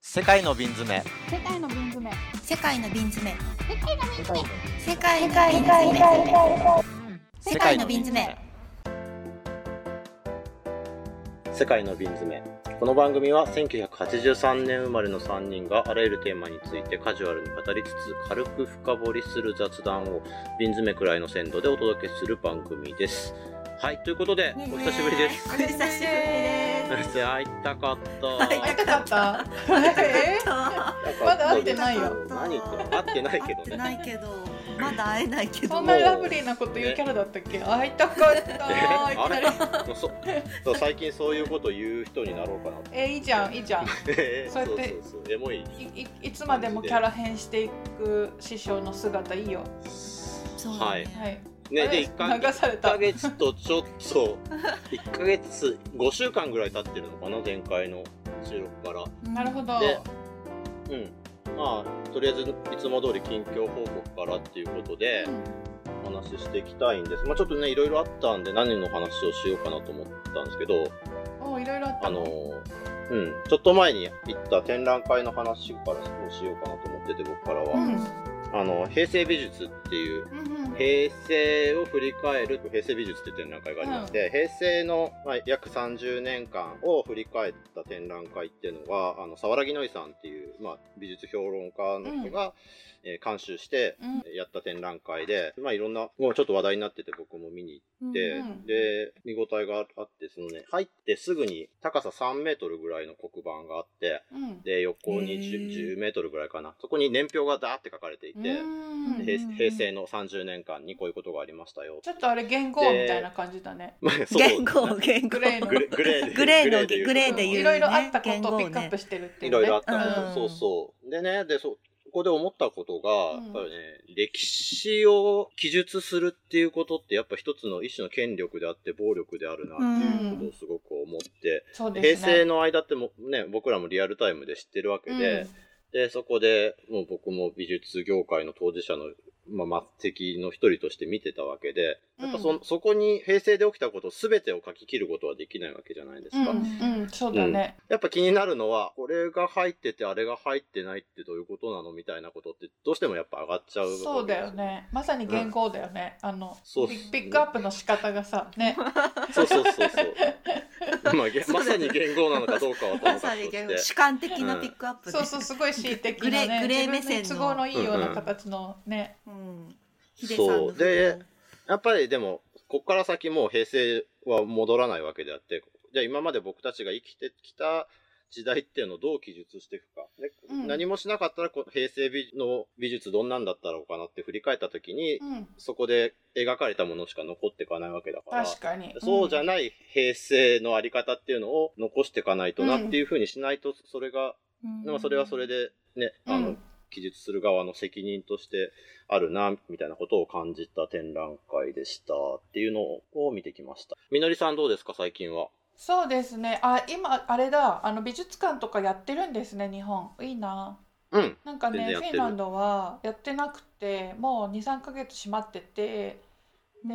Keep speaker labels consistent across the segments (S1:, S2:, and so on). S1: 世界の瓶詰め
S2: 世界の瓶詰め
S3: 世界の瓶詰め
S2: 世界の瓶詰め
S3: 世界の瓶詰め世
S4: 世界
S3: 界の瓶詰め
S4: の瓶詰めこの番組は1983年生まれの3人があらゆるテーマについてカジュアルに語りつつ軽く深掘りする雑談を瓶詰めくらいの鮮度でお届けする番組ですはいということでお久しぶりです
S3: お久しぶりで
S4: 会いたかった
S3: 会いた
S2: かった
S3: す
S4: ま
S2: だ会ってないよ
S4: 何言ってんの会ってないけど
S3: 会って
S4: ね
S3: ないけどまだ会えないけど
S2: そんなラブリーなこと言うキャラだったっけ会いたかった
S4: え
S2: いきな り
S4: あれそそう最近そういうこと言う人になろうかなと
S2: えいいじゃんいいじゃん
S4: えー
S2: そうやって
S4: そうそうエモい
S2: いいいつまでもキャラ変していく師匠の姿いいよ
S3: そう
S4: はい
S2: はい
S4: ね
S2: あれ
S4: で1回
S2: 流され
S4: 1
S2: た
S4: ヶ月とちょっと1ヶ月5週間ぐらい経ってるのかな前回の収録から
S2: なるほど
S4: でうんまあとりあえずいつも通り近況報告からっていうことでお話ししていきたいんですまあちょっとねいろいろあったんで何の話をしようかなと思ったんですけど
S2: おいろいろあった
S4: あのうんちょっと前に行った展覧会の話からをしようかなと思ってて僕からは、
S2: うん
S4: あの平成美術っていう
S2: うんうん
S4: 平成を振り返る平成美術って展覧会がありまして、平成の、まあ、約30年間を振り返った展覧会っていうのがあの沢良木のりさんっていう、まあ、美術評論家の人が、えー監修して
S2: うん
S4: やった展覧会で、まあ、いろんなもうちょっと話題になってて僕も見に行って、
S2: うんうん
S4: で見応えがあってその、ね、入ってすぐに高さ3メートルぐらいの黒板があって
S2: うん
S4: で横に
S3: へー
S4: 10, 10メートルぐらいかなそこに年表がダーって書かれていて。
S2: うん
S4: 平
S3: うん
S4: 平成の30年間にこういうことがありましたよ。
S2: ちょっとあれ言語みたいな感じだね
S4: まあ そう
S3: 言語言語
S2: グレーの
S4: グレグレーで
S3: グレーの
S4: で言う
S3: グレーで言うね
S2: いろいろあったこと
S3: 言語
S2: を
S3: ね
S2: ピックアップしてるってい
S4: いう
S2: ね
S4: ろいろあった
S3: うん
S4: そうそう。でね、で、そそこで思ったことが、
S2: うん
S4: やっぱりね、歴史を記述するっていうことって、やっぱ一つの一種の権力であって、暴力であるなっていうことをすごく思って、
S2: そうで
S4: 平
S2: すね
S4: 成の間ってもね、僕らもリアルタイムで知ってるわけで、で、そこで、もう僕も美術業界の当事者の、まあ、末席の一人として見てたわけで、やっぱそ、
S2: うん
S4: そこに平成で起きたこと全てを書き切ることはできないわけじゃないです
S2: うん
S4: か。
S2: うんうんそうだね
S4: やっぱ気になるのは、これが入ってて、あれが入ってないってどういうことなのみたいなことって、どうしてもやっぱ上がっちゃうわけです。
S2: そうだよねまさに言語だよねあの
S4: そうっす
S2: ピピックアップの仕方がさね
S4: そうそうそう そう。まあ、げまさに言語なのかどうかはとも
S3: ま
S4: か
S3: さ
S4: く
S3: に
S4: と
S3: 言
S4: し
S3: 語
S4: て。
S3: 主観的なピックアップ
S2: そうそうすごい恣意的なね
S3: グレーグレー目線の
S2: 自分に都合のいいような形のね
S3: うんヒデさんの
S4: そうでやっぱりでも、こっから先もう平成は戻らないわけであって、じゃあ今まで僕たちが生きてきた時代っていうのをどう記述していくか。で
S2: うん
S4: 何もしなかったらこ、平成美の美術どんなんだったろうかなって振り返った時に、
S2: うん
S4: そこで描かれたものしか残っていかないわけだから。
S2: 確かに
S4: そうじゃ
S2: ん
S4: ない平成のあり方っていうのを残していかないとなっていうふうにしないと、それが、まあそれはそれ
S3: で
S4: でね、
S2: うん
S4: あの、記述する側の責任としてあるな、みたいなことを感じた展覧会でしたっていうのを見てきました。みのりさんどうですか、最近は。
S2: そうですねあ今あれだあの美術館とかやってるんですね日本いいな
S4: うん。
S2: なんか
S4: 全
S2: ね
S4: 然
S2: フ
S4: やって
S2: ィ
S4: る
S2: ンランドはやってなくてもう23ヶ月閉まっててで,、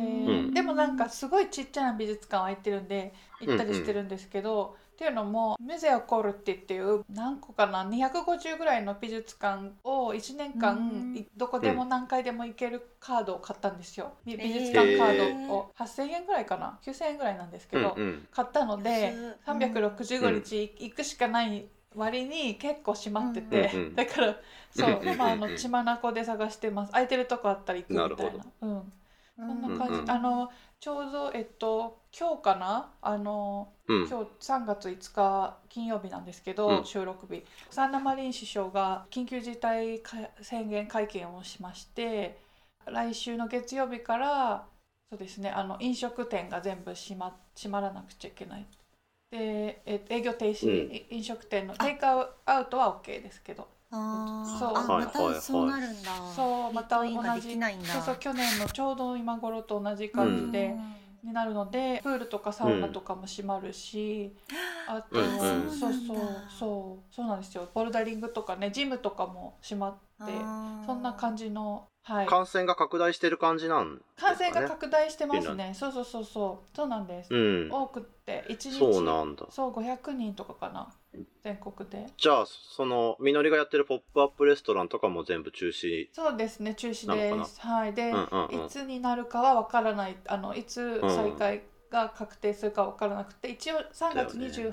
S4: うん
S2: でもなんかすごいちっちゃな美術館は行ってるんで行ったりしてるんですけど、っていうのもミュゼオコルティっていう何個かな250ぐらいの美術館を1年間、
S3: うん
S2: いどこでも何回でも行けるカードを買ったんですよ、美美術館カードを8,000円ぐらいかな9,000円ぐらいなんですけ
S4: うん
S2: ど、
S4: うん。
S2: 買ったので
S3: 安い
S2: 365日行くしかない割に結構閉まってて、
S4: うんうん
S2: だからそ
S4: うん
S2: う
S4: うんうん
S2: まああの血まなこで探してます空いてるとこあったら行くみたいな
S4: なるほ
S2: うん、そんな
S4: か
S2: 感じ、
S4: うんうん
S2: あのちょうどえっと今日かなあの
S4: うん。
S2: 今日3月5日金曜日なんですけど、
S4: うん
S2: 収録日サンナマリン首相が緊急事態か宣言会見をしまして来週の月曜日からそうですねあの飲食店が全部閉ま閉まらなくちゃいけないでえ営業停止、
S4: うん
S2: い飲食店のテイクアウトは OK ですけど
S3: あ
S2: そう
S3: ーあ
S4: はい
S3: またそうなるんだ
S2: そうまた同
S3: リ
S2: じ
S3: トインができないんだ
S2: そうそう去年のちょうど今頃と同じ感じで、になるのでプールとかサウナとかも閉まるし、あと、
S4: うんうん
S2: そう
S3: そ
S2: そう
S3: うなんだ
S2: そうそうなんですよボルダリングとかねジムとかも閉まってそんな感
S3: じ
S2: じの、はい、
S4: 感染が拡大してる感じなんですか
S2: 感
S4: ね。
S2: 染が拡大してます
S4: って
S2: ねそうそうそうそうそうなんです、
S4: うん。
S2: 多くって1日
S4: そうなんだ
S2: そう500人とかかな全国で
S4: じゃあそのみのりがやってるポップアップレストランとかも全部中止
S2: そうですね中止
S4: なの
S2: で
S4: か
S2: すはいで、
S4: うんうんうん
S2: いつになるかは分からないあのいつ再開が確定するか分からなくて、一応3月
S4: だよね
S2: 28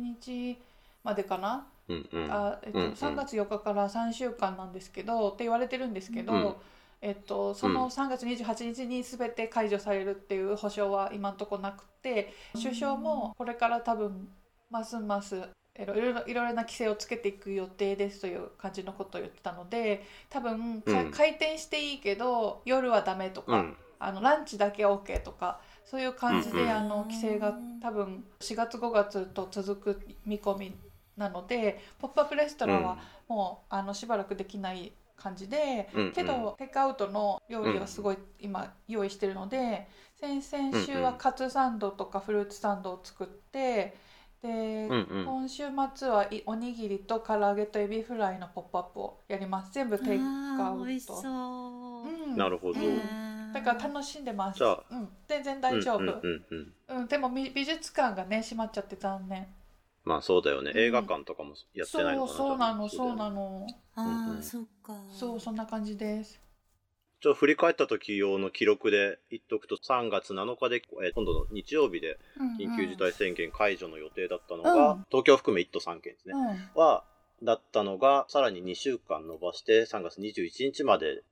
S2: 日までかな、
S4: うんうん
S2: あえっと
S4: うんうん
S2: 3月4日から3週間なんですけどって言われてるんですけど、
S4: うん
S2: えっと、その3月28日に全て解除されるっていう保証は今のとこなくて首相もこれから多分ますますえろいろいろいろな規制をつけていく予定ですという感じのことを言ってたので多分か
S4: うん
S2: 開店していいけど夜はダメと
S4: う
S2: か、
S4: ん
S2: あのランチだけ OK とかそういう感じで、
S4: うんうん
S2: あの規制が多分4月5月と続く見込みなのでポップアップレストランはもう、あのしばらくできない感じで、
S4: うんうん
S2: けどテイクアウトの料理はすごい今用意してるので、先々週
S4: うん
S2: は
S4: うん
S2: カツサンドとかフルーツサンドを作ってで、
S4: うんうん
S2: 今週末はいおにぎりと唐揚げとエビフライのポップアップをやります全部テイクア
S3: あ
S2: ウ
S3: ー
S2: ト
S3: 美味しそう。
S2: うん
S4: なるほど、
S2: うん
S3: へー
S2: だから楽しんでます。
S4: じゃあ
S2: うん、全然大丈夫。う
S4: うんんうんうんうん
S2: でも美美術館がね閉まっちゃって残念。
S4: まあそうだよね
S2: うん
S4: 映画館とかもやってない
S2: そ
S4: の
S2: う
S4: かな
S2: そ
S4: 多分
S2: うなのそうな
S4: だよね
S2: の。
S4: うん
S3: あ
S4: うん
S3: あ、そっか。
S2: そうそんな感じです。
S4: じゃあ振り返った時用の記録で言っとくと3月7日で、えー今度の日曜日で
S2: うん
S4: 緊急事態宣言解除の予定だったのが、
S2: うん
S4: 東京含め1都3県ですね、
S2: うん
S4: はだったのがさらに2週間延ばして3月21日まで、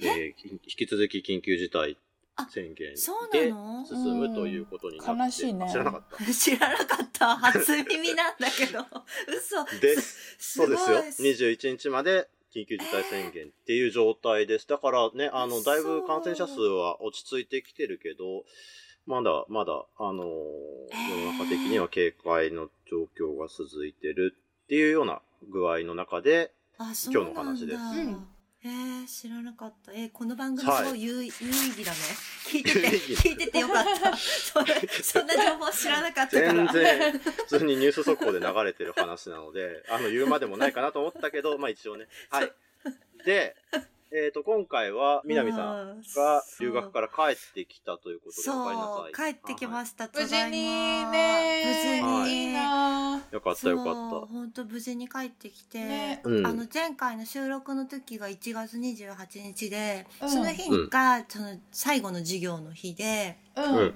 S4: えー引き続き緊急事態宣言
S3: そう
S4: で
S3: なの
S4: 進むということになって、
S2: うん悲しいね
S4: あ知らなかっ
S3: 知らな かった。初耳なんだけど。 嘘。
S4: たです
S3: す
S4: そうですよ
S3: すごい
S4: 21日まで緊急事態宣言っていう状態です、だからねあのだいぶ感染者数は落ち着いてきてるけどまだまだあのー世の中的には警戒の状況が続いてるっていうような具合の中で
S3: あ、そう
S4: 今日の話です
S3: なんだ
S2: うん
S3: えー、知らなかった。えー、この番組
S4: はい
S3: すごい有,、有意義 だね。聞いてて、
S4: 有意義
S3: 聞いててよ かった。それそんな情報知らなかったから。
S4: 全然普通にニュース速報で流れてる話なのであの言うまでもないかなと思ったけどまあ一応ねは
S3: そ
S4: いで、えー、と今回は南さん
S3: う
S4: が留学からら帰ってきたということでおかえりなさ
S3: そう、
S4: い
S3: 帰ってきま
S4: し
S3: した。
S2: 無事に
S3: ただい
S2: ね
S3: ま無事に。
S2: いいな。
S4: たよかったよか
S3: そう
S4: っ
S3: 本当無事に帰ってきて、
S2: ね
S4: たうん
S3: あの前回の収録の時が1月28日で、
S2: うん
S3: その日がその最後の授業の日で、
S2: う
S4: うん
S2: ん
S4: う
S2: うんん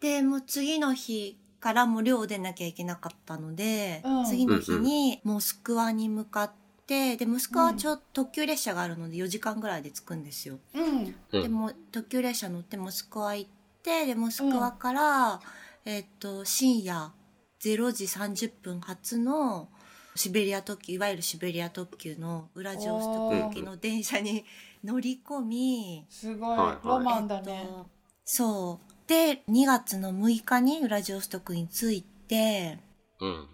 S3: で、もう次の日からもう寮出なきゃいけなかったので、
S2: うん
S3: 次の日にモスクワに向かって、で、モスクワはちょ、特急列車があるので4時間ぐらいで着くんですよ。
S2: うん
S4: うん
S3: でも、特急列車乗ってモスクワ行って、で、モスクワから、えっと、深夜0時30分発のシベリア特急、いわゆるシベリア特急のウラジオストク行きの電車に乗り込み、
S2: すごい
S4: はいはい
S2: ロマンだね
S3: えっ。とそう。で、2月の6日にウラジオストクに着いて、
S4: うん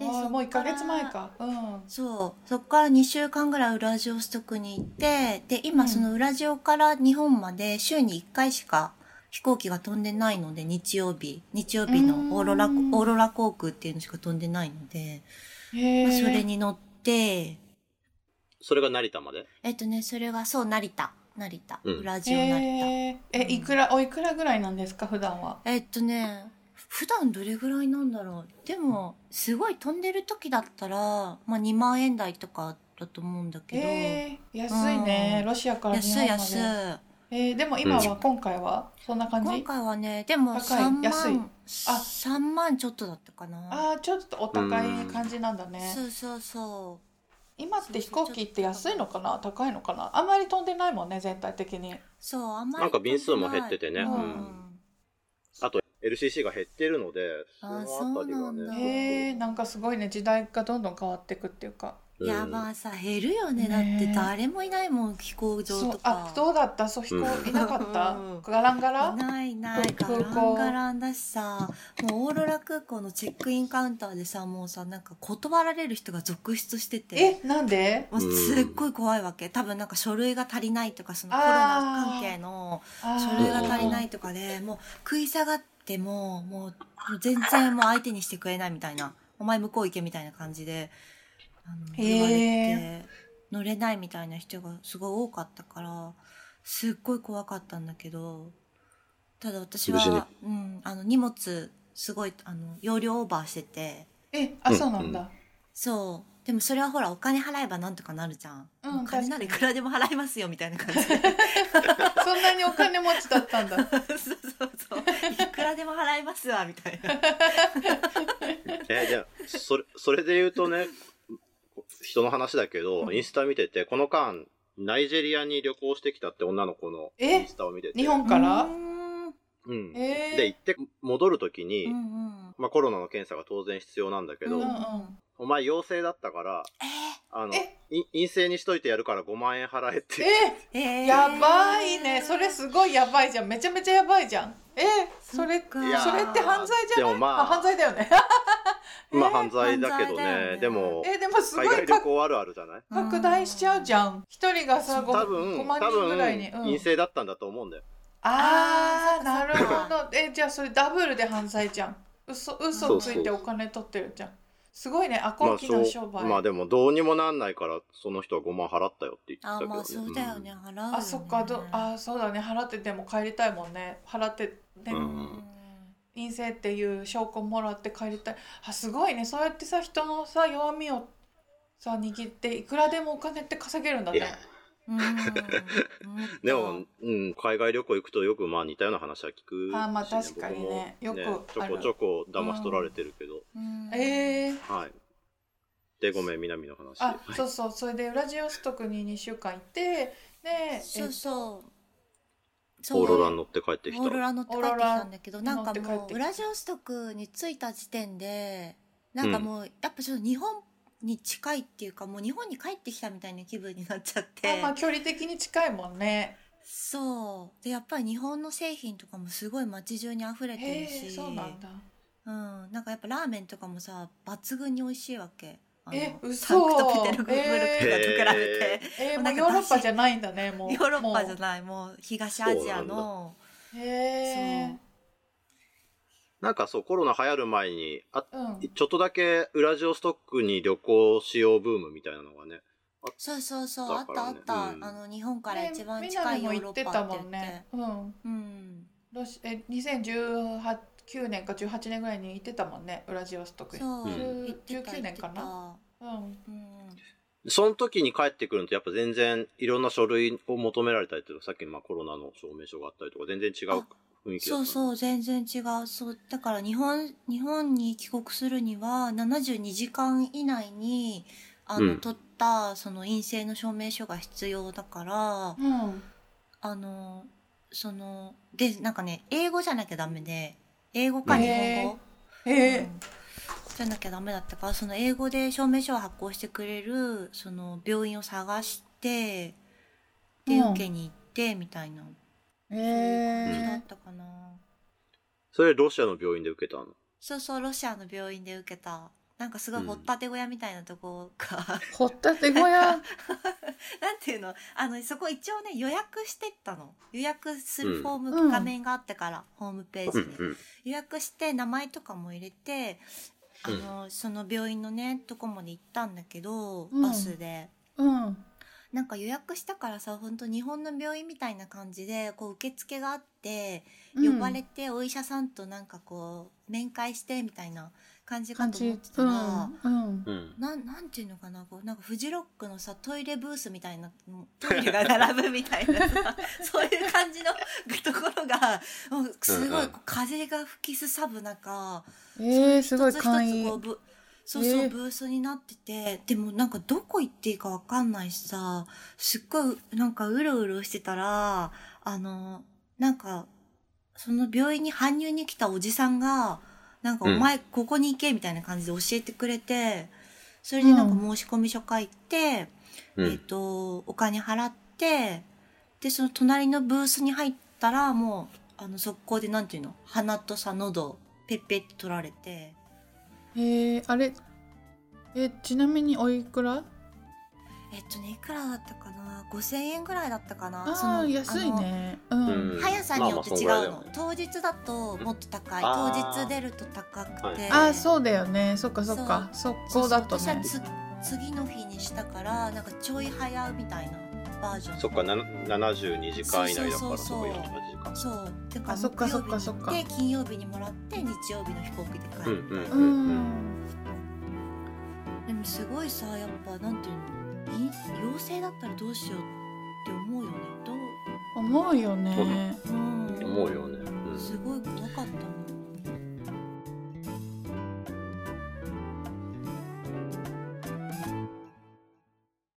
S3: で
S2: あー
S3: そっから
S2: もう一ヶ月前か。うん
S3: そう。そこから2週間ぐらいウラジオストクに行って、で、
S2: う
S3: 今
S2: ん
S3: そのウラジオから日本まで週に1回しか飛行機が飛んでないので、日曜日、日曜日
S2: うーん
S3: のオーロラ、オーロラ航空っていうのしか飛んでないので、
S2: へ
S3: まあ
S2: ー
S3: それに乗って、
S4: それが成田まで
S3: えっとね、それがそう、成田。成田。
S4: うん
S3: ウラジオ成田。
S2: へーえいくらおいくらぐらいなんですか普段は。
S3: えっとね普段どれぐらいなんだろうでもすごい飛んでる時だったら、まあ、2万円台とかだと思うんだけど、
S2: えー、安いね、
S3: うん
S2: ロシアから日本
S3: 安
S2: ま
S3: い
S2: で。
S3: 安い
S2: えー、でも今は、今回はそんな感
S3: 今
S2: じ
S3: 回はねでも
S2: 高い
S3: 3
S2: 安い
S3: 万
S2: あ
S3: 3万ちょっとだったかな
S2: ああちょっとお高い感じなんだね
S3: そうそうそ
S2: 今って飛行機って安いのかな高いのかなあんまり飛んでないもんね全体的に
S3: うそうあんまり
S4: なんか便数も減っててね、
S2: うん
S4: うんあと LCC が減ってるのでそ
S3: あー
S4: のあたりが
S3: そうなんだ
S2: へえなんかすごいね時代がどんどん変わってくっていうか
S3: いや
S4: うん
S3: まあさ減るよ
S2: ね
S3: ねだって誰もいないもん飛行場
S2: そ
S3: と
S2: うあ
S3: か
S2: どうだったそう飛行いなかった、
S3: うん
S2: ガランガラ
S3: いないいないガ
S2: 空
S3: ラ
S2: 港
S3: ンガランだしさもうオーロラ空港のチェックインカウンターでさもうさなんか断られる人が続出してて
S2: えなんで
S3: もうすっごい怖いわけ多分なんか書類が足りないとかそのコロナ関係の
S2: あー
S3: 書類が足りないとかでもう食い下がってももうもう全然もう相手にしてくれないみたいなお前向こう行けみたいな感じであの
S2: へー
S3: 言われて乗れないみたいな人がすごい多かったからすっごい怖かったんだけどただ私
S4: 無事に
S3: は、うん、あの荷物すごいあの容量オーバーしてて
S2: えあ、
S4: うん
S2: そうなんだ、
S3: そうでもそれはほらお金払えばなんとかなるじゃん、
S2: うん
S3: も金ならいくらでも払いますよみたいな感じ
S2: そんなにお金持ちだったんだ
S3: そうそうそういくらでも払いますわみたいな
S4: えでもそれ それで言うとね人の話だけど、
S2: うん
S4: インスタ見ててこの間ナイジェリアに旅行してきたって女の子のイ
S2: え
S4: ンスタを見てて
S2: 日本から
S3: うーん
S4: うん、
S2: えー
S4: で行って戻る時に、
S3: うんうん
S4: まあ、コロナの検査が当然必要なんだけど、
S3: うん
S2: うん
S4: お前陽性だったからあの
S2: え
S4: い陰性にしといてやるから5万円払えって
S2: え
S3: えー
S2: やばいねそれすごいやばいじゃんめちゃめちゃやばいじゃんえそれ
S3: そっか
S4: いやー
S2: それって犯罪じゃな
S4: で
S2: い
S4: もまあ
S2: あ犯罪だよね
S4: まあ犯罪だけど
S3: 犯罪だよ
S4: ね
S3: ね
S4: でも
S2: えでもすご
S4: 海
S2: い
S4: 外
S2: か
S4: 旅行あるあるじゃない
S2: 拡大しちゃうじゃん一人がさ
S3: そう
S2: 5,
S4: 多分
S2: 万
S4: 多
S2: 人ぐらいに、
S4: 分
S2: うん
S4: 陰性だったんだと思うんだよ
S2: あー
S3: あー
S2: なる
S3: そっか
S2: ほどえじゃあそれダブルで犯罪じゃん嘘嘘ついてお金取ってるじゃんすごいねアコ
S4: まあ
S2: ーキの商
S4: そう
S2: 売、
S4: まあでもどうにもなんないからその人は5万払ったよって言ってた
S3: あ
S4: けど、
S3: まあそうだよね、払うよね
S2: あそっかどあそうだね払ってても帰りたいもんね払ってね、
S4: うん
S2: 陰性っていう証拠もらって帰りたいあすごいねそうやってさ人のさ弱みをさ握っていくらでもお金って稼げるんだ
S4: い
S2: ね
S4: や
S3: うん
S4: でも、うん、海外旅行行くとよくまあ似たような話は聞くし、
S2: あーまあ確かに
S4: 僕も
S2: ねよく
S4: ちょ
S2: ある
S4: こちょこ騙し取られてるけど、
S3: うん
S2: えー、
S4: はいでごめん南の話
S2: あそうそうそれでウラジオストクに2週間行ってで
S3: そうそうそう
S4: オーロラに乗って帰ってき
S3: オーロ
S4: た
S3: ラ乗って帰ってきたんだけど
S2: オーロラ
S3: なん
S2: 乗
S3: か
S2: って帰っ
S3: も
S2: てきた
S3: うウラジオストクに着いた時点でなんかもう、やっぱちょっと日本に近いっていうかもう日本に帰ってきたみたいな気分になっちゃっ
S2: え
S3: て
S2: あまあ距離的に近いもんね
S3: そうでやっぱり日本の製品とかもすごい街中に溢れて
S2: へ
S3: る
S2: え
S3: し
S2: そうなんだ
S3: うん、なんかやっぱラーメンとかもさ抜群に美味しいわけあの
S2: え嘘
S3: タンクトップテルグルクと比
S4: へ
S3: べて、
S2: えー、も
S3: な
S2: うんヨ
S3: か
S2: ーロッパじゃないんだねもう
S3: ヨーロッパじゃ
S2: も
S3: ないもう東アジアの
S2: うへえ
S4: なんかそうコロナ流行る前にあ
S2: うん
S4: ちょっとだけウラジオストックに旅行しようブームみたいなのがね
S3: そうそうそうあ
S4: だ
S3: っ
S4: から
S3: たあっ
S4: ね
S3: た、
S4: うん
S3: あの日本から一番
S2: ね
S3: 近いヨ
S2: 南も
S3: ー
S2: 行
S3: ロ
S2: って
S3: ッ
S2: た
S3: パって
S2: も
S3: 言って
S2: んねうん
S3: うん
S2: ロシえ2018 9年か18年ぐらいに行ってたもんねウラジオストクに
S3: そう、
S4: うん
S3: 行ってた
S2: 19年かな
S3: 行って
S2: うん
S3: たうん
S4: その時に帰ってくるのとやっぱ全然いろんな書類を求められたりとかさっきまあコロナの証明書があったりとか全然違う雰囲気だった
S3: そ
S4: う
S3: うそう全然違うそうだから日本日本に帰国するには72時間以内にあの、
S4: うん
S3: 取ったその陰性の証明書が必要だから
S2: うん
S3: あのそのでなんかね英語じゃなきゃダメで英語か日本語、
S2: へ
S3: う
S2: え
S3: んじゃなきゃダメだったからその英語で証明書を発行してくれるその病院を探してで
S2: うん
S3: 受けに行ってみたいな
S2: へ
S3: 感じだ
S2: え
S3: ったかな、
S4: それロシアの病院で受けたの
S3: そうそうロシアの病院で受けたなんかすごい掘ったて小屋みたいなとこが、
S2: ほったて小屋
S3: なんていうのあのそこ一応ね予約してったの予約するフォーム、
S2: うん
S3: 画面があったからホームページ
S4: う
S3: に、
S4: んうん
S3: 予約して名前とかも入れてあの、その病院のねとこまで行ったんだけど、
S2: うん
S3: バスで
S2: うん
S3: なんか予約したからさ本当日本の病院みたいな感じでこう受付があって、呼ばれてお医者さんとなんかこう面会してみたいな感じか
S2: 感
S3: と思っ
S2: じ
S3: てた
S2: う
S3: ら、
S2: んうん
S4: うん
S3: なんなんていうのかなこうなんかフジロックのさトイレブースみたいなトイレが並ぶみたいなさそういう感じのところがもうすごいこう風が吹きすさぶ中
S2: えー、すごい
S3: 一つ一つ
S2: 簡
S3: こう
S2: 易
S3: ぶそうそう、
S2: えー
S3: ブースになっててでもなんかどこ行っていいかわかんないしさすっごいなんかうろうろしてたらあのなんかその病院に搬入に来たおじさんがなんかお
S4: うん
S3: 前ここに行けみたいな感じで教えてくれてそれでなんか申し込み書書いて、
S4: う
S3: えっ、
S4: ん
S3: とお金払ってでその隣のブースに入ったらもうあの速攻でなんていうの鼻とさ喉ペッペッって取られて。
S2: へえあれえちなみにおいくら
S3: えっとねいくらだったかな5000円ぐらいだったかな
S2: ああ安いねうん、
S4: うん
S3: あの速さによって違うの、
S4: まあまあそんぐらいだよね
S3: 当日だともっと高い
S4: あ
S3: 当
S4: ー
S3: 日出ると高くて、
S2: ああそうだよねそっかそっか速
S3: そう
S2: 攻
S3: そう
S2: だと
S3: 私は
S2: ね
S3: つ次の日にしたからなんかちょい早みたいなバージョン
S4: そっかな72時間以内だから
S3: そうそうそうそう
S4: とか48時間
S3: そうだから
S2: あそっか
S3: 木曜
S2: そっかそっか
S3: 日に行って金曜日にもらって日曜日の飛行機で帰
S4: うん
S3: るみたいな、
S4: うん
S3: でもすごいさやっぱなんていうの陰陽性だったらどうしようって思うよねどう
S2: 思うよね
S3: うん
S4: 思うよね